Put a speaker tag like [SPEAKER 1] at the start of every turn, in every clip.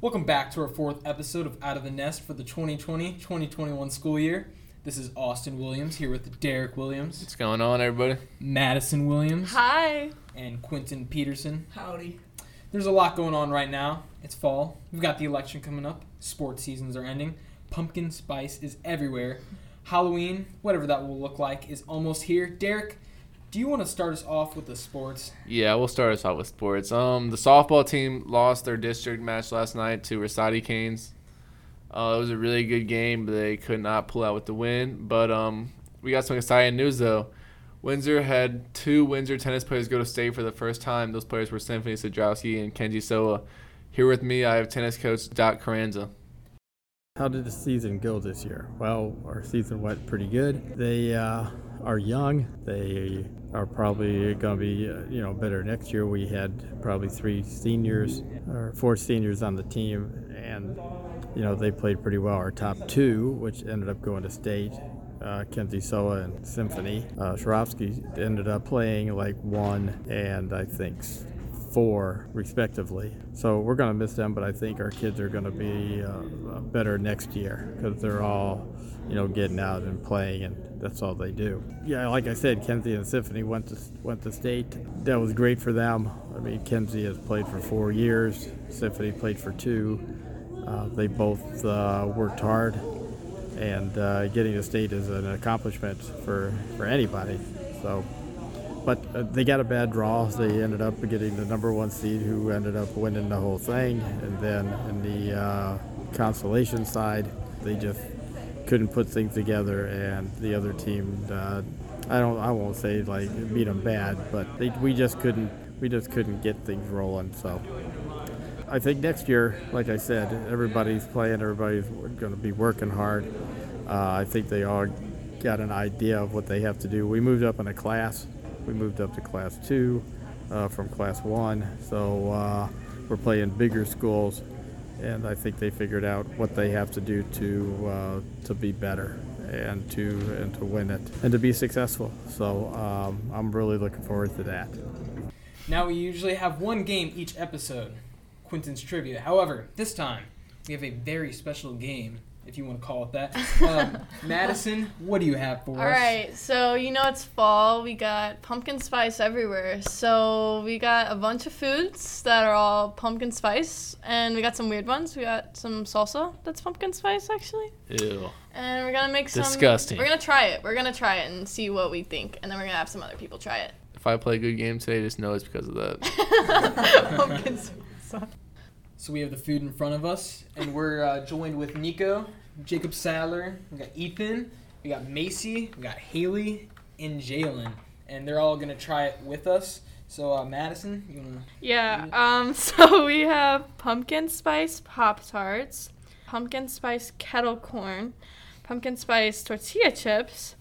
[SPEAKER 1] Welcome back to our fourth episode of Out of the Nest for the 2020 2021 school year. This is Austin Williams here with Derek Williams,
[SPEAKER 2] What's going on, everybody?
[SPEAKER 1] Madison Williams,
[SPEAKER 3] Hi.
[SPEAKER 1] and Quentin Peterson.
[SPEAKER 4] Howdy.
[SPEAKER 1] There's a lot going on right now. It's fall. We've got the election coming up. Sports seasons are ending. Pumpkin spice is everywhere. Halloween, whatever that will look like, is almost here. Derek, do you want to start us off with the sports?
[SPEAKER 2] Yeah, we'll start us off with sports. Um, the softball team lost their district match last night to Rasati Canes. Uh, it was a really good game, but they could not pull out with the win. But um, we got some exciting news though. Windsor had two Windsor tennis players go to state for the first time. Those players were Symphony Sidrowski and Kenji Soa. Here with me, I have tennis coach Doc Carranza.
[SPEAKER 5] How did the season go this year? Well, our season went pretty good. They uh, are young. They are probably going to be, uh, you know, better next year. We had probably three seniors or four seniors on the team, and you know they played pretty well. Our top two, which ended up going to state, uh, Kenzie Soa and Symphony uh, Swarovski, ended up playing like one and I think four respectively. So we're going to miss them, but I think our kids are going to be uh, better next year because they're all, you know, getting out and playing, and that's all they do. Yeah, like I said, Kenzie and Symphony went to went to state. That was great for them. I mean, Kenzie has played for four years. Symphony played for two. Uh, they both uh, worked hard, and uh, getting to state is an accomplishment for for anybody. So but uh, they got a bad draw. They ended up getting the number one seed, who ended up winning the whole thing. And then in the uh, consolation side, they just couldn't put things together, and the other team, uh, I don't, I won't say like beat them bad, but they, we just couldn't, we just couldn't get things rolling. So. I think next year, like I said, everybody's playing, everybody's going to be working hard. Uh, I think they all got an idea of what they have to do. We moved up in a class. We moved up to class two uh, from class one. So uh, we're playing bigger schools, and I think they figured out what they have to do to uh, to be better and to and to win it and to be successful. So um, I'm really looking forward to that.
[SPEAKER 1] Now we usually have one game each episode, Quentin's trivia. However, this time we have a very special game, if you want to call it that. Um, Madison, what do you have for
[SPEAKER 3] All
[SPEAKER 1] us?
[SPEAKER 3] right. So you know it's fall. We got pumpkin spice everywhere. So we got a bunch of foods that are all pumpkin spice, and we got some weird ones. We got some salsa that's pumpkin spice actually,
[SPEAKER 2] Ew.
[SPEAKER 3] and we're gonna make some.
[SPEAKER 2] Disgusting.
[SPEAKER 3] We're gonna try it. We're gonna try it and see what we think, and then we're gonna have some other people try it.
[SPEAKER 2] If I play a good game today, just know it's because of that.
[SPEAKER 3] pumpkin salsa.
[SPEAKER 1] So we have the food in front of us, and we're uh, joined with Nico, Jacob Sadler, we got Ethan, we got Macy, we got Haley, and Jalen, and they're all gonna try it with us. So uh, Madison, you wanna?
[SPEAKER 3] Yeah. Um. So we have pumpkin spice pop tarts, pumpkin spice kettle corn, pumpkin spice tortilla chips,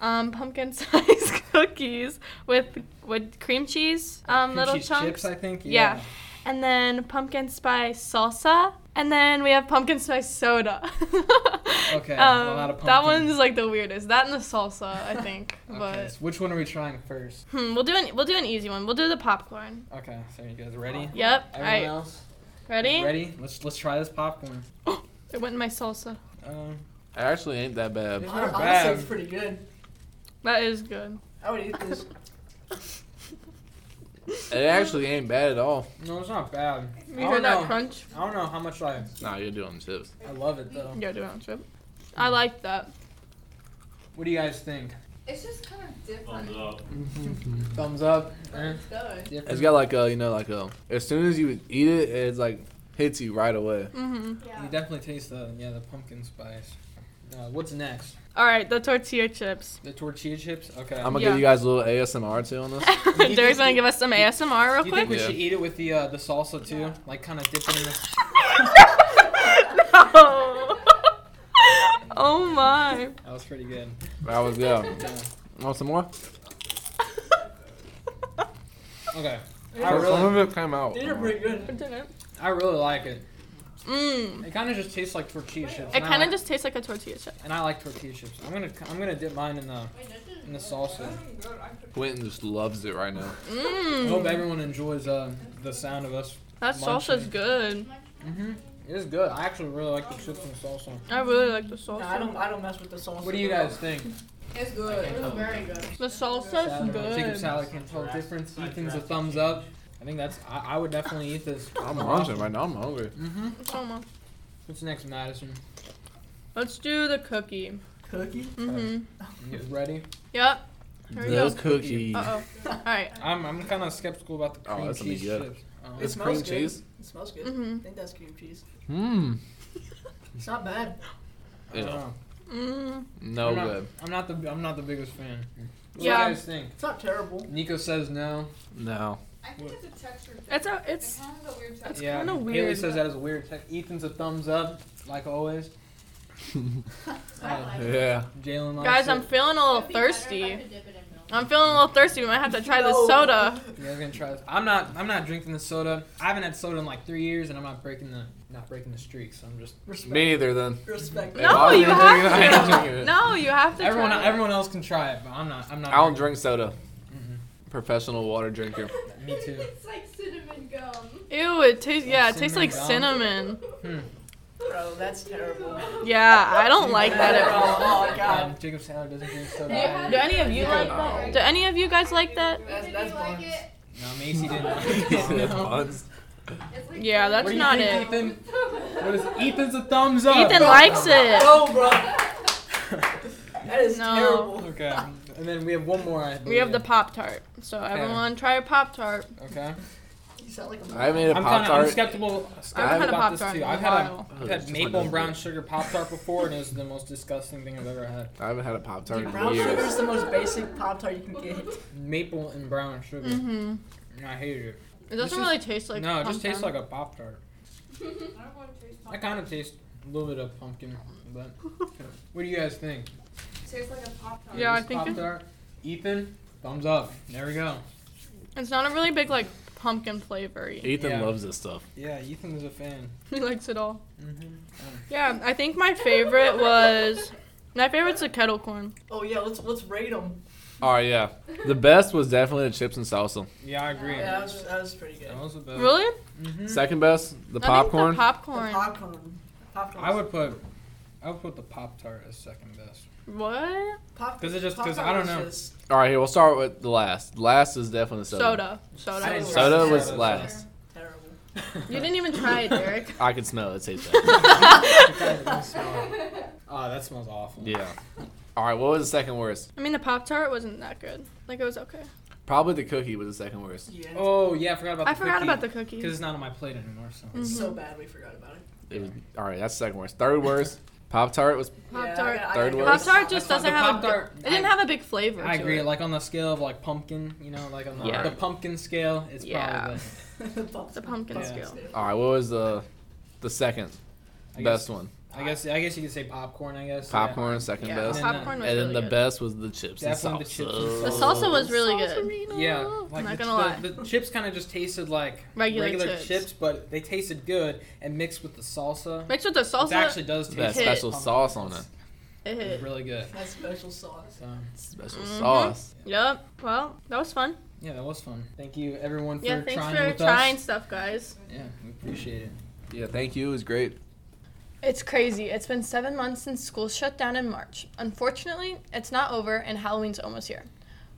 [SPEAKER 3] um, pumpkin spice cookies with with cream cheese, um,
[SPEAKER 1] cream
[SPEAKER 3] little
[SPEAKER 1] cheese
[SPEAKER 3] chunks,
[SPEAKER 1] Chips, I think.
[SPEAKER 3] Yeah. and then pumpkin spice salsa, and then we have pumpkin spice soda.
[SPEAKER 1] Okay, a
[SPEAKER 3] Um,
[SPEAKER 1] lot of
[SPEAKER 3] that
[SPEAKER 1] pumpkin.
[SPEAKER 3] one's like the weirdest. That and the salsa, I think.
[SPEAKER 1] Okay.
[SPEAKER 3] But
[SPEAKER 1] so which one are we trying first?
[SPEAKER 3] hmm, we'll do an we'll do an easy one. We'll do the popcorn.
[SPEAKER 1] Okay. So you guys ready?
[SPEAKER 3] Yep. All
[SPEAKER 1] Everyone
[SPEAKER 3] right.
[SPEAKER 1] else
[SPEAKER 3] Ready?
[SPEAKER 1] ready? Let's let's try this popcorn.
[SPEAKER 3] It went in my salsa.
[SPEAKER 1] Um,
[SPEAKER 2] I actually ain't that bad.
[SPEAKER 1] it's not
[SPEAKER 4] Honestly,
[SPEAKER 1] bad.
[SPEAKER 4] it's pretty good.
[SPEAKER 3] That is good.
[SPEAKER 4] I would eat this.
[SPEAKER 2] It actually ain't bad at all.
[SPEAKER 1] No, it's not bad. I
[SPEAKER 3] You
[SPEAKER 1] don't
[SPEAKER 3] heard
[SPEAKER 1] know.
[SPEAKER 3] that crunch?
[SPEAKER 1] I don't know how much I.
[SPEAKER 2] Nah, you're doing chips.
[SPEAKER 1] I love it though.
[SPEAKER 3] Yeah, do it on trip. I like that.
[SPEAKER 1] What do you guys think?
[SPEAKER 6] It's just kind of different.
[SPEAKER 1] Thumbs up. Eh,
[SPEAKER 6] It's good.
[SPEAKER 2] It's got like a, you know, like a. As soon as you eat it, it's like hits you right away.
[SPEAKER 3] Mm-hmm.
[SPEAKER 1] You definitely taste the yeah the pumpkin spice. Uh, what's next?
[SPEAKER 3] All right, the tortilla chips.
[SPEAKER 1] The tortilla chips. Okay.
[SPEAKER 2] I'm gonna
[SPEAKER 3] Yeah.
[SPEAKER 2] give you guys a little ASMR too on this.
[SPEAKER 1] think
[SPEAKER 3] Derek's gonna
[SPEAKER 1] we-
[SPEAKER 3] give us some ASMR real
[SPEAKER 1] do you think
[SPEAKER 3] quick.
[SPEAKER 1] we
[SPEAKER 2] Yeah.
[SPEAKER 1] should eat it with the uh, the salsa too? Like kind of dip it in the.
[SPEAKER 3] No. oh my.
[SPEAKER 1] That was pretty good.
[SPEAKER 2] That was good.
[SPEAKER 1] Yeah.
[SPEAKER 2] Want some more?
[SPEAKER 1] Okay. I
[SPEAKER 2] Some
[SPEAKER 1] really,
[SPEAKER 2] of it came out.
[SPEAKER 4] These are pretty good.
[SPEAKER 1] I really like it.
[SPEAKER 3] Mmm.
[SPEAKER 1] It kind of just tastes like tortilla chips.
[SPEAKER 3] It
[SPEAKER 1] and I
[SPEAKER 3] kind of
[SPEAKER 1] like-
[SPEAKER 3] just tastes like a tortilla chip.
[SPEAKER 1] And I like tortilla chips. I'm gonna I'm gonna dip mine in the in the salsa.
[SPEAKER 2] Quentin just loves it right now.
[SPEAKER 1] I
[SPEAKER 3] Mmm.
[SPEAKER 1] hope everyone enjoys uh, the sound of us.
[SPEAKER 3] That
[SPEAKER 1] munching.
[SPEAKER 3] salsa's good.
[SPEAKER 1] Mm-hmm. It is good. I actually really like the chips and salsa.
[SPEAKER 3] I really like the salsa.
[SPEAKER 4] No, I don't. I don't mess with the salsa.
[SPEAKER 1] What do you guys think?
[SPEAKER 6] It's good.
[SPEAKER 4] Okay,
[SPEAKER 6] It was
[SPEAKER 4] cool.
[SPEAKER 6] very good.
[SPEAKER 3] The salsa's
[SPEAKER 1] Salad. Jacob
[SPEAKER 3] good.
[SPEAKER 1] salad can tell the difference. Ethan's a thumbs up. I think that's. I, I would definitely eat this.
[SPEAKER 2] I'm hungry right now. I'm hungry.
[SPEAKER 1] Mm-hmm.
[SPEAKER 3] Almost.
[SPEAKER 1] What's next, Madison?
[SPEAKER 3] Let's do the cookie.
[SPEAKER 4] Cookie?
[SPEAKER 3] Mm-hmm.
[SPEAKER 1] You ready?
[SPEAKER 3] Yep. Here we
[SPEAKER 2] The
[SPEAKER 3] go.
[SPEAKER 2] cookie.
[SPEAKER 3] Uh oh. All right.
[SPEAKER 1] I'm. I'm kind of skeptical about the
[SPEAKER 2] Oh,
[SPEAKER 1] cream
[SPEAKER 2] that's gonna be
[SPEAKER 1] cheese
[SPEAKER 2] good.
[SPEAKER 1] chips. Um,
[SPEAKER 2] It's
[SPEAKER 4] It
[SPEAKER 2] cream
[SPEAKER 4] smells good.
[SPEAKER 2] cheese.
[SPEAKER 4] It smells good.
[SPEAKER 3] Mm-hmm.
[SPEAKER 4] I think that's cream cheese.
[SPEAKER 2] Mmm.
[SPEAKER 4] It's not bad.
[SPEAKER 1] I don't know.
[SPEAKER 3] Mm.
[SPEAKER 2] No
[SPEAKER 1] I'm not,
[SPEAKER 2] good.
[SPEAKER 1] I'm not the. I'm not the biggest fan. What
[SPEAKER 3] Yeah.
[SPEAKER 1] do you guys think?
[SPEAKER 4] It's not terrible.
[SPEAKER 1] Nico says no.
[SPEAKER 2] No.
[SPEAKER 6] I think it's a texture thing.
[SPEAKER 3] It's a.
[SPEAKER 6] It
[SPEAKER 3] It's.
[SPEAKER 6] kind of has a weird
[SPEAKER 3] It's
[SPEAKER 6] texture.
[SPEAKER 1] yeah.
[SPEAKER 3] kinda
[SPEAKER 1] Haley
[SPEAKER 3] weird,
[SPEAKER 1] says
[SPEAKER 3] but-
[SPEAKER 1] that is a weird. Te- Ethan's a thumbs up, like always.
[SPEAKER 6] I like it.
[SPEAKER 2] Yeah.
[SPEAKER 1] Jalen likes
[SPEAKER 3] Guys,
[SPEAKER 1] it.
[SPEAKER 3] I'm feeling a little
[SPEAKER 6] It'd be better if I
[SPEAKER 3] thirsty.
[SPEAKER 6] could dip it in milk.
[SPEAKER 3] I'm feeling a little thirsty. We might have to try the
[SPEAKER 4] No.
[SPEAKER 3] soda.
[SPEAKER 1] Yeah, we're gonna try this. I'm not. I'm not drinking the soda. I haven't had soda in like three years, and I'm not breaking the not breaking the streak. So I'm just.
[SPEAKER 4] Respect.
[SPEAKER 2] Me neither then.
[SPEAKER 4] Respect.
[SPEAKER 2] If I
[SPEAKER 3] No,
[SPEAKER 2] was
[SPEAKER 3] you
[SPEAKER 2] gonna
[SPEAKER 3] have
[SPEAKER 2] drink it, I ain't
[SPEAKER 3] to.
[SPEAKER 2] drinking it.
[SPEAKER 3] No, you have to.
[SPEAKER 1] Everyone.
[SPEAKER 3] try it.
[SPEAKER 1] Everyone else can try it, but I'm not. I'm not.
[SPEAKER 2] I don't drink soda.
[SPEAKER 1] Mhm.
[SPEAKER 2] Professional water drinker.
[SPEAKER 1] Me too.
[SPEAKER 6] it's like cinnamon gum.
[SPEAKER 3] Ew, it tastes.
[SPEAKER 1] Like
[SPEAKER 3] Yeah, it
[SPEAKER 1] cinnamon
[SPEAKER 3] tastes like
[SPEAKER 1] gum?
[SPEAKER 3] cinnamon.
[SPEAKER 1] Hmm.
[SPEAKER 4] Bro, that's terrible.
[SPEAKER 3] Yeah, I don't like that at all.
[SPEAKER 4] Oh, oh, God.
[SPEAKER 1] And Um, Jacob Sandler doesn't drink soda.
[SPEAKER 3] Do
[SPEAKER 1] either.
[SPEAKER 3] do any of you like that? Do any of you guys like that?
[SPEAKER 6] Did
[SPEAKER 4] That's-
[SPEAKER 6] you
[SPEAKER 4] that's
[SPEAKER 6] like
[SPEAKER 4] buns.
[SPEAKER 6] it?
[SPEAKER 1] No, Macy didn't.
[SPEAKER 2] That's buns.
[SPEAKER 6] It's like
[SPEAKER 3] Yeah,
[SPEAKER 1] What
[SPEAKER 3] that's
[SPEAKER 1] do you
[SPEAKER 3] not
[SPEAKER 1] think,
[SPEAKER 3] it.
[SPEAKER 1] Ethan? What is Ethan's a thumbs up?
[SPEAKER 3] Ethan likes it.
[SPEAKER 4] No, bro. That is
[SPEAKER 3] No.
[SPEAKER 4] terrible.
[SPEAKER 1] Okay. And then we have one more. I
[SPEAKER 3] We have the
[SPEAKER 1] believe.
[SPEAKER 3] Pop Tart. So everyone try a Pop Tart.
[SPEAKER 1] Okay.
[SPEAKER 4] You sound like a
[SPEAKER 2] I made a
[SPEAKER 1] I'm
[SPEAKER 2] pop
[SPEAKER 1] kind of
[SPEAKER 2] tart.
[SPEAKER 1] skeptical,
[SPEAKER 3] I've
[SPEAKER 1] skeptical
[SPEAKER 3] had a
[SPEAKER 1] about
[SPEAKER 3] Pop
[SPEAKER 1] this
[SPEAKER 3] Tart in
[SPEAKER 1] too.
[SPEAKER 3] a
[SPEAKER 1] I've had, a,
[SPEAKER 3] while.
[SPEAKER 1] I've had maple and brown sugar Pop Tart before, and it was the most disgusting thing I've ever had.
[SPEAKER 2] I haven't had a pop tart
[SPEAKER 4] Dude,
[SPEAKER 2] in
[SPEAKER 4] brown sugar
[SPEAKER 2] years.
[SPEAKER 4] is the most basic Pop Tart you can get.
[SPEAKER 1] Maple and brown sugar.
[SPEAKER 3] Mm-hmm.
[SPEAKER 1] I hated it.
[SPEAKER 3] It
[SPEAKER 1] This
[SPEAKER 3] doesn't
[SPEAKER 1] is-
[SPEAKER 3] really taste like.
[SPEAKER 1] no, it just
[SPEAKER 3] pumpkin.
[SPEAKER 1] tastes like a Pop Tart.
[SPEAKER 6] I don't want to taste
[SPEAKER 1] I kind of taste a little bit of pumpkin, but what do you guys think?
[SPEAKER 6] tastes like a pop tart.
[SPEAKER 3] Yeah, I think it-
[SPEAKER 1] Pop Tart. Ethan, thumbs up. There we go.
[SPEAKER 3] It's not a really big like pumpkin flavor. He
[SPEAKER 2] Ethan
[SPEAKER 1] Yeah.
[SPEAKER 2] loves this stuff.
[SPEAKER 1] Yeah, Ethan is a fan.
[SPEAKER 3] likes it all.
[SPEAKER 1] Mm-hmm.
[SPEAKER 3] Yeah, I think my favorite was my favorite's the kettle corn.
[SPEAKER 4] Oh yeah, let's let's rate them.
[SPEAKER 2] All right, yeah. The best was definitely the chips and salsa.
[SPEAKER 1] Yeah, I agree.
[SPEAKER 4] Yeah, that was that was pretty good.
[SPEAKER 1] That was the best.
[SPEAKER 3] Really?
[SPEAKER 1] Mhm.
[SPEAKER 2] Second best, the
[SPEAKER 3] Mm. I think
[SPEAKER 2] popcorn.
[SPEAKER 3] the popcorn.
[SPEAKER 4] The popcorn. Popcorn.
[SPEAKER 1] I would put, I would put the Pop Tart as second best.
[SPEAKER 3] what?
[SPEAKER 4] Pop-
[SPEAKER 1] 'Cause it just- 'cause
[SPEAKER 4] Pop-Tart
[SPEAKER 1] I don't
[SPEAKER 4] was
[SPEAKER 1] know.
[SPEAKER 4] just-
[SPEAKER 2] All right, here we'll start with the last. Last is definitely soda.
[SPEAKER 3] Soda.
[SPEAKER 1] I
[SPEAKER 3] Soda.
[SPEAKER 1] didn't
[SPEAKER 2] Soda
[SPEAKER 1] try
[SPEAKER 2] was
[SPEAKER 1] soda.
[SPEAKER 2] last.
[SPEAKER 4] Terrible.
[SPEAKER 3] You didn't even try it, Derek.
[SPEAKER 2] I could smell it. Taste bad.
[SPEAKER 1] oh, that smells awful.
[SPEAKER 2] yeah. All right, what was the second worst?
[SPEAKER 3] I mean, the Pop Tart wasn't that good. Like, it was okay.
[SPEAKER 2] Probably the cookie was the second worst.
[SPEAKER 4] Yeah.
[SPEAKER 1] Oh yeah, I forgot about. The
[SPEAKER 3] I forgot about the cookie.
[SPEAKER 1] because it's not on my plate anymore. So
[SPEAKER 3] Mm.
[SPEAKER 4] So bad we forgot about it.
[SPEAKER 2] It was, all right, that's the second worst. Third worst, Pop Tart was
[SPEAKER 4] Yeah, I
[SPEAKER 3] Pop-Tart.
[SPEAKER 4] gotta- I
[SPEAKER 2] Third
[SPEAKER 4] gotta go
[SPEAKER 3] Pop
[SPEAKER 2] worst.
[SPEAKER 4] with
[SPEAKER 3] Tart
[SPEAKER 1] That's
[SPEAKER 3] just
[SPEAKER 1] not-
[SPEAKER 3] doesn't
[SPEAKER 1] the
[SPEAKER 3] have a.
[SPEAKER 1] Pop-Tart-
[SPEAKER 3] Big, it didn't
[SPEAKER 1] I-
[SPEAKER 3] have a big flavor.
[SPEAKER 1] I
[SPEAKER 3] to
[SPEAKER 1] agree.
[SPEAKER 3] it.
[SPEAKER 1] Like on the scale of like pumpkin, you know, like on the,
[SPEAKER 2] Yeah.
[SPEAKER 1] the pumpkin scale, it's
[SPEAKER 3] Yeah.
[SPEAKER 1] probably.
[SPEAKER 4] Pop-
[SPEAKER 3] The pumpkin
[SPEAKER 4] Pop-
[SPEAKER 3] scale.
[SPEAKER 2] all right. What was the the second
[SPEAKER 1] I
[SPEAKER 2] best
[SPEAKER 1] guess,
[SPEAKER 2] one?
[SPEAKER 1] I guess. I guess you could say popcorn. I guess. yeah.
[SPEAKER 2] Popcorn, second
[SPEAKER 3] yeah,
[SPEAKER 2] best,
[SPEAKER 1] And then-
[SPEAKER 3] popcorn was
[SPEAKER 2] and then
[SPEAKER 3] really
[SPEAKER 2] the
[SPEAKER 3] good.
[SPEAKER 2] best was the chips
[SPEAKER 1] Definitely
[SPEAKER 2] and
[SPEAKER 1] the
[SPEAKER 2] salsa.
[SPEAKER 1] chips and
[SPEAKER 3] The
[SPEAKER 1] salsa.
[SPEAKER 3] salsa was really good.
[SPEAKER 2] Salsarino.
[SPEAKER 1] Yeah,
[SPEAKER 3] Mm, I'm not
[SPEAKER 1] the,
[SPEAKER 3] gonna lie.
[SPEAKER 1] The, the chips kind of just tasted like
[SPEAKER 3] Regular
[SPEAKER 1] regular
[SPEAKER 3] chips.
[SPEAKER 1] but they tasted good and mixed with the salsa.
[SPEAKER 3] Mixed with the
[SPEAKER 1] It
[SPEAKER 3] salsa,
[SPEAKER 1] actually does taste
[SPEAKER 2] That
[SPEAKER 1] like
[SPEAKER 2] special
[SPEAKER 1] pumpkin.
[SPEAKER 2] sauce on it.
[SPEAKER 3] it
[SPEAKER 1] It's
[SPEAKER 3] hit.
[SPEAKER 1] really good.
[SPEAKER 4] That special sauce.
[SPEAKER 1] So
[SPEAKER 2] Special
[SPEAKER 3] Mhm.
[SPEAKER 2] sauce.
[SPEAKER 3] Yep. Well, that was fun.
[SPEAKER 1] yeah, that was fun. Thank you everyone for
[SPEAKER 3] Yeah, thanks
[SPEAKER 1] trying
[SPEAKER 3] for
[SPEAKER 1] with
[SPEAKER 3] trying
[SPEAKER 1] us.
[SPEAKER 3] stuff, guys.
[SPEAKER 1] Yeah, we appreciate it.
[SPEAKER 2] Yeah, thank you. It was great.
[SPEAKER 3] It's crazy. It's been seven months since school shut down in March. Unfortunately, it's not over, and Halloween's almost here.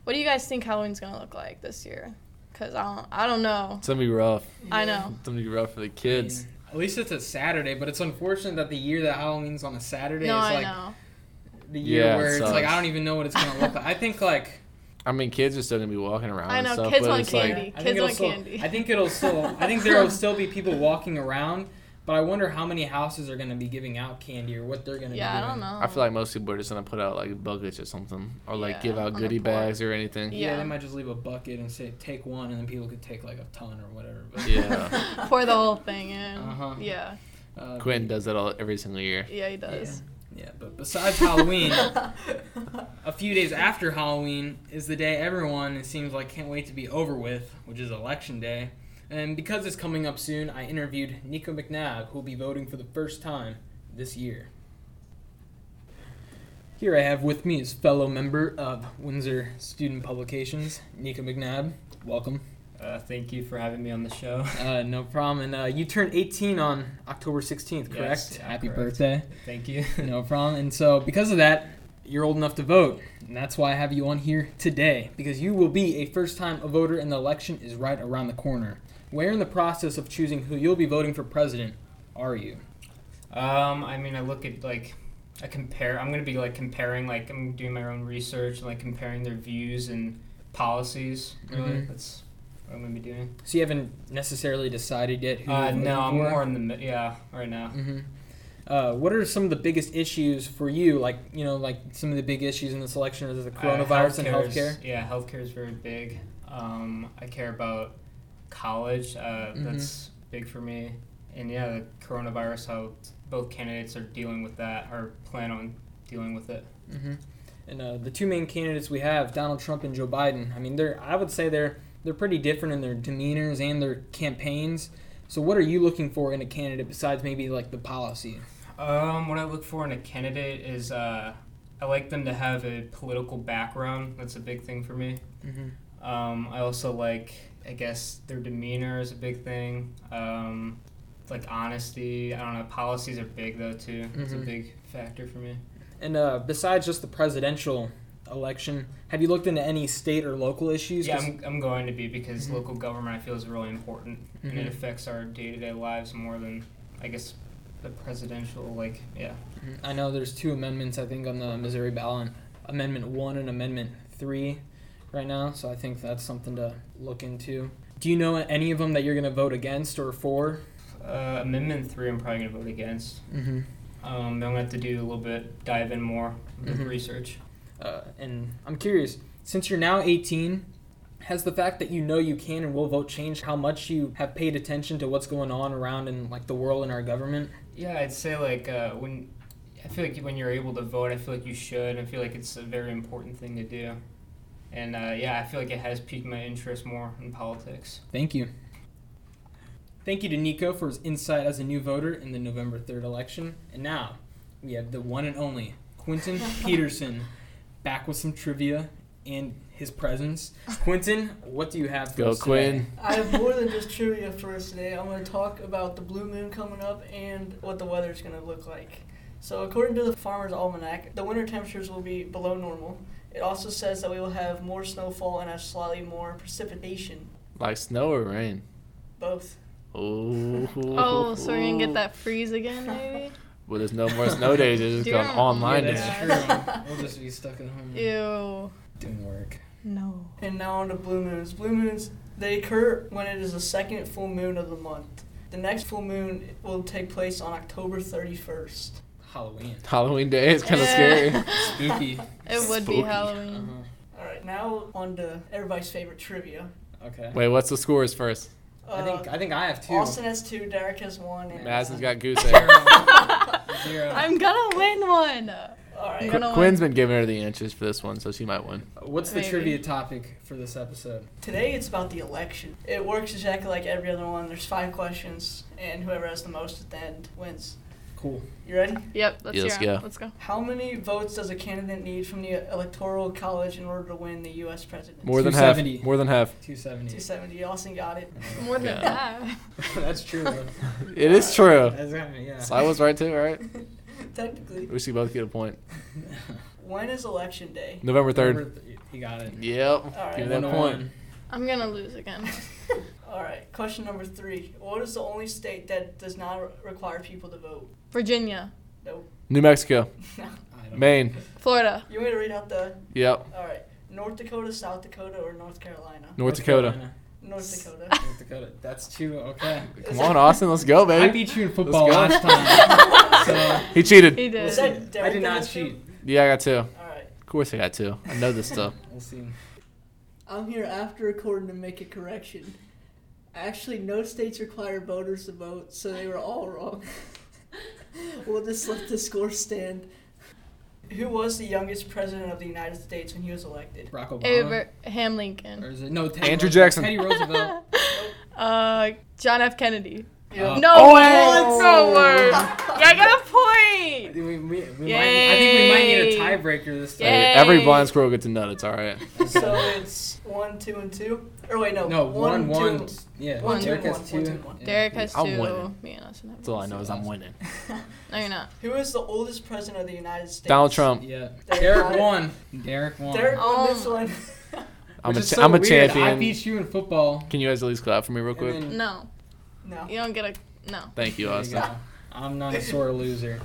[SPEAKER 3] What do you guys think Halloween's gonna look like this year? Cause I don't, I don't know.
[SPEAKER 2] It's gonna be rough.
[SPEAKER 3] I know.
[SPEAKER 2] It's gonna be rough for the kids.
[SPEAKER 1] At least it's a Saturday, but it's unfortunate that the year that Halloween's on a Saturday
[SPEAKER 3] no,
[SPEAKER 1] is
[SPEAKER 3] I
[SPEAKER 1] like
[SPEAKER 3] know.
[SPEAKER 1] the year
[SPEAKER 2] Yeah, it
[SPEAKER 1] where it's like
[SPEAKER 2] sucks.
[SPEAKER 1] I don't even know what it's gonna look like. I think like
[SPEAKER 2] I mean, kids are still gonna be walking around.
[SPEAKER 3] I
[SPEAKER 2] and
[SPEAKER 3] know,
[SPEAKER 2] Stuff,
[SPEAKER 3] kids
[SPEAKER 2] but
[SPEAKER 3] want
[SPEAKER 2] it's
[SPEAKER 3] candy.
[SPEAKER 2] Like,
[SPEAKER 1] I
[SPEAKER 3] Kids
[SPEAKER 1] think it'll
[SPEAKER 3] want
[SPEAKER 1] still,
[SPEAKER 3] candy.
[SPEAKER 1] I think it'll still. I think there will still be people walking around, but I wonder how many houses are gonna be giving out candy or what they're gonna. be
[SPEAKER 3] Yeah, I
[SPEAKER 1] doing.
[SPEAKER 3] don't know.
[SPEAKER 2] I feel like most people are just gonna put out like buckets or something, or like
[SPEAKER 3] Yeah,
[SPEAKER 2] give
[SPEAKER 3] on
[SPEAKER 2] out
[SPEAKER 3] the
[SPEAKER 2] goodie
[SPEAKER 3] porch.
[SPEAKER 2] bags or anything.
[SPEAKER 1] Yeah,
[SPEAKER 3] Yeah.
[SPEAKER 1] they might just leave a bucket and say take one, and then people could take like a ton or whatever. But,
[SPEAKER 2] Yeah.
[SPEAKER 3] pour the whole thing in.
[SPEAKER 1] Uh-huh.
[SPEAKER 3] Yeah,
[SPEAKER 1] uh,
[SPEAKER 2] Quentin does that all every single year.
[SPEAKER 3] yeah, he does.
[SPEAKER 1] Yeah, but besides Halloween, a few days after Halloween is the day everyone, it seems like, can't wait to be over with, which is Election Day. And because it's coming up soon, I interviewed Nico McNabb, who will be voting for the first time this year. Here I have with me his fellow member of Windsor Student Publications, Nico McNabb. Welcome.
[SPEAKER 7] Uh, thank you for having me on the show.
[SPEAKER 1] Uh, no problem. And uh, you turned 18 on October 16th, correct?
[SPEAKER 7] Yes, yeah,
[SPEAKER 1] Happy
[SPEAKER 7] correct.
[SPEAKER 1] birthday.
[SPEAKER 7] Thank you.
[SPEAKER 1] no problem. And so, because of that, you're old enough to vote. And that's why I have you on here today, because you will be a first time voter and the election is right around the corner. Where in the process of choosing who you'll be voting for president are you?
[SPEAKER 7] Um, I mean, I look at like, I compare. I'm gonna be like comparing. Like, I'm doing my own research and like comparing their views and policies. Really,
[SPEAKER 1] Mhm.
[SPEAKER 7] that's what I'm gonna be doing.
[SPEAKER 1] So, you haven't necessarily decided yet who
[SPEAKER 7] Uh,
[SPEAKER 1] you're
[SPEAKER 7] no, I'm
[SPEAKER 1] voting for?
[SPEAKER 7] more in the mid- yeah right now.
[SPEAKER 1] hmm Uh, what are some of the biggest issues for you? Like, you know, like some of the big issues in this election is the
[SPEAKER 7] Uh,
[SPEAKER 1] coronavirus and
[SPEAKER 7] healthcare is-
[SPEAKER 1] healthcare.
[SPEAKER 7] Yeah, healthcare is very big. Um, I care about college. Uh,
[SPEAKER 1] Mhm.
[SPEAKER 7] That's big for me. And yeah, the coronavirus. How both candidates are dealing with that or plan on dealing with it.
[SPEAKER 1] hmm And uh, the two main candidates we have, Donald Trump and Joe Biden. I mean, they're I would say they're they're pretty different in their demeanors and their campaigns. So, what are you looking for in a candidate besides maybe like the policy?
[SPEAKER 7] Um, what I look for in a candidate is uh, I like them to have a political background. That's a big thing for me.
[SPEAKER 1] Mm-hmm.
[SPEAKER 7] Um, I also like, I guess, their demeanor is a big thing. Um, like honesty. I don't know. Policies are big though too. It's a
[SPEAKER 1] Mhm.
[SPEAKER 7] big factor for me.
[SPEAKER 1] And uh, besides just the presidential election, have you looked into any state or local issues?
[SPEAKER 7] Yeah,
[SPEAKER 1] 'Cause-
[SPEAKER 7] I'm, I'm going to be because
[SPEAKER 1] Mhm.
[SPEAKER 7] local government I feel is really important and it
[SPEAKER 1] Mhm.
[SPEAKER 7] affects our day to day lives more than I guess the presidential like yeah.
[SPEAKER 1] Mhm. I know there's two amendments I think on the Missouri ballot, Amendment One and Amendment Three, right now. So I think that's something to look into. Do you know any of them that you're going to vote against or for?
[SPEAKER 7] Uh, amendment three I'm probably gonna vote against.
[SPEAKER 1] Mm-hmm.
[SPEAKER 7] Um, I'm gonna have to do a little bit dive in more with
[SPEAKER 1] Mhm.
[SPEAKER 7] research.
[SPEAKER 1] Uh, and I'm curious, since you're now 18, has the fact that you know you can and will vote changed how much you have paid attention to what's going on around in like the world and our government?
[SPEAKER 7] Yeah, I'd say like uh, when I feel like when you're able to vote, I feel like you should. I feel like it's a very important thing to do, and uh, yeah, I feel like it has piqued my interest more in politics.
[SPEAKER 1] Thank you. Thank you to Nico for his insight as a new voter in the November 3rd election. And now we have the one and only Quentin Peterson back with some trivia and his presence. Quentin, what do you have for
[SPEAKER 2] Go,
[SPEAKER 1] us today?
[SPEAKER 2] Quinn.
[SPEAKER 4] I have more than just trivia for us today. I'm going to talk about the blue moon coming up and what the weather's going to look like. So, according to the Farmer's Almanac, the winter temperatures will be below normal. It also says that we will have more snowfall and have slightly more precipitation.
[SPEAKER 2] Like snow or rain?
[SPEAKER 4] Both.
[SPEAKER 2] Oh.
[SPEAKER 3] Oh, so we're gonna get that freeze again, maybe?
[SPEAKER 2] Well, there's no more snow days. It's just
[SPEAKER 3] Dear-
[SPEAKER 2] gone online
[SPEAKER 1] Yeah,
[SPEAKER 2] days.
[SPEAKER 3] Yeah.
[SPEAKER 1] that's true. We'll just be stuck at home
[SPEAKER 3] Ew.
[SPEAKER 1] doing work.
[SPEAKER 3] No.
[SPEAKER 4] And now on to blue moons. Blue moons, they occur when it is the second full moon of the month. The next full moon will take place on October 31st.
[SPEAKER 1] Halloween.
[SPEAKER 2] Halloween day is kind of
[SPEAKER 3] Yeah.
[SPEAKER 2] scary.
[SPEAKER 1] Spooky.
[SPEAKER 3] It would
[SPEAKER 2] Spooky.
[SPEAKER 3] be Halloween.
[SPEAKER 1] Uh-huh.
[SPEAKER 4] All right, now on to everybody's favorite trivia.
[SPEAKER 1] Okay.
[SPEAKER 2] Wait, what's the scores first?
[SPEAKER 1] I think
[SPEAKER 4] Uh,
[SPEAKER 1] I think I have 2
[SPEAKER 4] Austin has two, Derek has one. and-
[SPEAKER 2] Madison's got goose egg.
[SPEAKER 1] Zero. Zero.
[SPEAKER 3] I'm gonna win one.
[SPEAKER 4] All right.
[SPEAKER 3] I'm
[SPEAKER 2] Qu-
[SPEAKER 3] gonna
[SPEAKER 2] Quinn's
[SPEAKER 3] win.
[SPEAKER 2] been giving her the answers for this one, so she might win.
[SPEAKER 1] What's the
[SPEAKER 3] Maybe.
[SPEAKER 1] trivia topic for this episode?
[SPEAKER 4] Today it's about the election. It works exactly like every other one. There's five questions, and whoever has the most at the end wins.
[SPEAKER 1] Cool.
[SPEAKER 4] You ready?
[SPEAKER 3] Yep, let's
[SPEAKER 2] Yeah, let's
[SPEAKER 3] hear it.
[SPEAKER 2] go.
[SPEAKER 3] Let's go.
[SPEAKER 4] How many votes does a candidate need from the Electoral College in order to win the U.S. presidency?
[SPEAKER 2] More than half.
[SPEAKER 1] 270.
[SPEAKER 2] More than Uh-huh. half.
[SPEAKER 1] 270.
[SPEAKER 4] 270. Austin got it.
[SPEAKER 3] More than
[SPEAKER 2] Yeah.
[SPEAKER 3] that.
[SPEAKER 1] That's true.
[SPEAKER 2] It is true.
[SPEAKER 1] That's kind of, yeah.
[SPEAKER 2] So I was right too, right?
[SPEAKER 4] Technically.
[SPEAKER 2] We should both get a point.
[SPEAKER 4] When is election day?
[SPEAKER 2] November third.
[SPEAKER 1] Number th- He got it.
[SPEAKER 2] Yep.
[SPEAKER 4] right,
[SPEAKER 2] Give me that
[SPEAKER 1] One to
[SPEAKER 2] point.
[SPEAKER 1] one.
[SPEAKER 3] I'm gonna lose again.
[SPEAKER 4] All right. Question number three. What is the only state that does not re- require people to vote?
[SPEAKER 3] Virginia,
[SPEAKER 2] New Mexico.
[SPEAKER 1] I don't-
[SPEAKER 2] Maine.
[SPEAKER 3] Florida,
[SPEAKER 4] You want me to read out the?
[SPEAKER 2] Yep.
[SPEAKER 4] All right. North Dakota, South Dakota, or North Carolina?
[SPEAKER 2] North Dakota.
[SPEAKER 1] Carolina,
[SPEAKER 4] North Dakota.
[SPEAKER 1] North Dakota. That's two. Okay.
[SPEAKER 2] Come on, Austin. Let's go,
[SPEAKER 1] I
[SPEAKER 2] baby.
[SPEAKER 1] beat you in football
[SPEAKER 2] go.
[SPEAKER 1] last time. so
[SPEAKER 2] He cheated.
[SPEAKER 3] he did.
[SPEAKER 4] Was that
[SPEAKER 1] I did
[SPEAKER 4] Derek
[SPEAKER 1] not
[SPEAKER 4] that
[SPEAKER 1] cheat.
[SPEAKER 2] Yeah, I got two.
[SPEAKER 4] All right.
[SPEAKER 2] Of course, I got two. I know this stuff.
[SPEAKER 1] We'll see.
[SPEAKER 4] I'm here after recording to make a correction. Actually, no states require voters to vote, so they were all wrong. we'll just let the score stand. Who was the youngest president of the United States when he was elected?
[SPEAKER 1] Barack Obama.
[SPEAKER 3] Abraham
[SPEAKER 1] Or
[SPEAKER 3] Lincoln.
[SPEAKER 1] is it no? Teddy
[SPEAKER 2] Andrew
[SPEAKER 1] Roosevelt.
[SPEAKER 2] Jackson.
[SPEAKER 1] Teddy Roosevelt.
[SPEAKER 3] Uh, John F. Kennedy.
[SPEAKER 1] Yeah.
[SPEAKER 3] No
[SPEAKER 2] Oh,
[SPEAKER 3] way!
[SPEAKER 2] what?
[SPEAKER 3] No word. Yeah, I got a
[SPEAKER 1] I
[SPEAKER 3] point.
[SPEAKER 1] think we, we, we might, I think we might need
[SPEAKER 3] Yay.
[SPEAKER 1] a tiebreaker this time.
[SPEAKER 2] Hey,
[SPEAKER 3] Yay.
[SPEAKER 2] every blind squirrel gets a nut. It's all right.
[SPEAKER 4] so it's one, two, and two. Or wait, no.
[SPEAKER 1] No,
[SPEAKER 4] one,
[SPEAKER 1] one, one.
[SPEAKER 4] two.
[SPEAKER 1] yeah,
[SPEAKER 4] one,
[SPEAKER 1] Derek
[SPEAKER 4] two,
[SPEAKER 1] has
[SPEAKER 4] one,
[SPEAKER 1] two.
[SPEAKER 4] one, two, one.
[SPEAKER 1] Yeah.
[SPEAKER 3] Derek has
[SPEAKER 2] I'm
[SPEAKER 3] two.
[SPEAKER 2] winning.
[SPEAKER 3] Me and Austin have
[SPEAKER 2] That's all I
[SPEAKER 3] one.
[SPEAKER 2] know is I'm winning.
[SPEAKER 3] No, you're not.
[SPEAKER 4] Who is the oldest president of the United States?
[SPEAKER 2] Donald Trump.
[SPEAKER 1] Yeah.
[SPEAKER 4] Derek got
[SPEAKER 1] Derek
[SPEAKER 4] it.
[SPEAKER 1] won. Derek won.
[SPEAKER 4] Derek won this
[SPEAKER 3] Oh.
[SPEAKER 4] one.
[SPEAKER 2] I'm a,
[SPEAKER 1] Which
[SPEAKER 2] cha-
[SPEAKER 1] is so
[SPEAKER 2] am a
[SPEAKER 1] weird. I
[SPEAKER 2] champion.
[SPEAKER 1] beat you in football.
[SPEAKER 2] Can you guys at least clap for me real quick?
[SPEAKER 1] And then-
[SPEAKER 3] No,
[SPEAKER 4] no.
[SPEAKER 2] Oh.
[SPEAKER 3] you don't get a no.
[SPEAKER 2] Thank you,
[SPEAKER 1] There you
[SPEAKER 2] Austin.
[SPEAKER 1] go. I'm not a sore loser.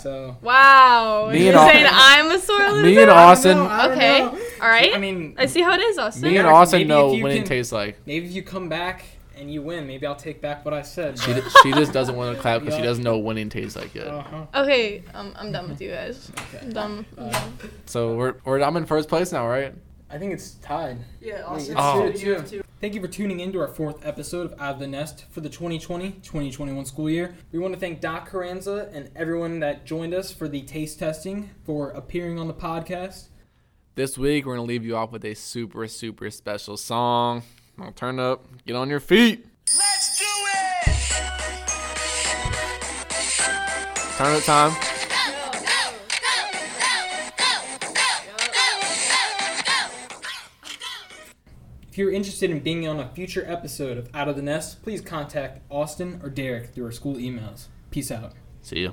[SPEAKER 1] So.
[SPEAKER 3] Wow,
[SPEAKER 2] Me
[SPEAKER 3] you're
[SPEAKER 2] and Au-
[SPEAKER 3] saying I'm a sore loser.
[SPEAKER 2] Me and Austin,
[SPEAKER 1] I don't
[SPEAKER 3] Okay,
[SPEAKER 1] know.
[SPEAKER 3] all right.
[SPEAKER 1] I mean,
[SPEAKER 3] I see how it is, Austin.
[SPEAKER 2] me and
[SPEAKER 1] Derek,
[SPEAKER 2] Austin
[SPEAKER 1] maybe
[SPEAKER 2] know
[SPEAKER 1] if you
[SPEAKER 2] what it
[SPEAKER 1] can-
[SPEAKER 2] tastes like.
[SPEAKER 1] maybe if you come back and you win, maybe I'll take back what I said.
[SPEAKER 2] She,
[SPEAKER 1] but-
[SPEAKER 2] d- she just doesn't want to clap because she
[SPEAKER 1] Yeah.
[SPEAKER 2] doesn't know winning tastes like yet.
[SPEAKER 1] Uh-huh.
[SPEAKER 3] Okay, um, I'm done with you guys.
[SPEAKER 1] Okay.
[SPEAKER 3] I'm done. I'm
[SPEAKER 1] Uh,
[SPEAKER 3] done.
[SPEAKER 2] So we're, we're I'm in first place now, right?
[SPEAKER 1] I think it's tied.
[SPEAKER 4] Yeah, also
[SPEAKER 2] Oh.
[SPEAKER 4] two, you have two.
[SPEAKER 1] Thank you for tuning in to our fourth episode of Out of the Nest for the 2020-2021 school year. We want to thank Doc Carranza and everyone that joined us for the taste testing for appearing on the podcast.
[SPEAKER 2] This week we're gonna leave you off with a super super special song. Now turn up, get on your feet.
[SPEAKER 8] Let's do it!
[SPEAKER 2] Turn up time.
[SPEAKER 1] If you're interested in being on a future episode of Out of the Nest, please contact Austin or Derek through our school emails. Peace out.
[SPEAKER 2] See you.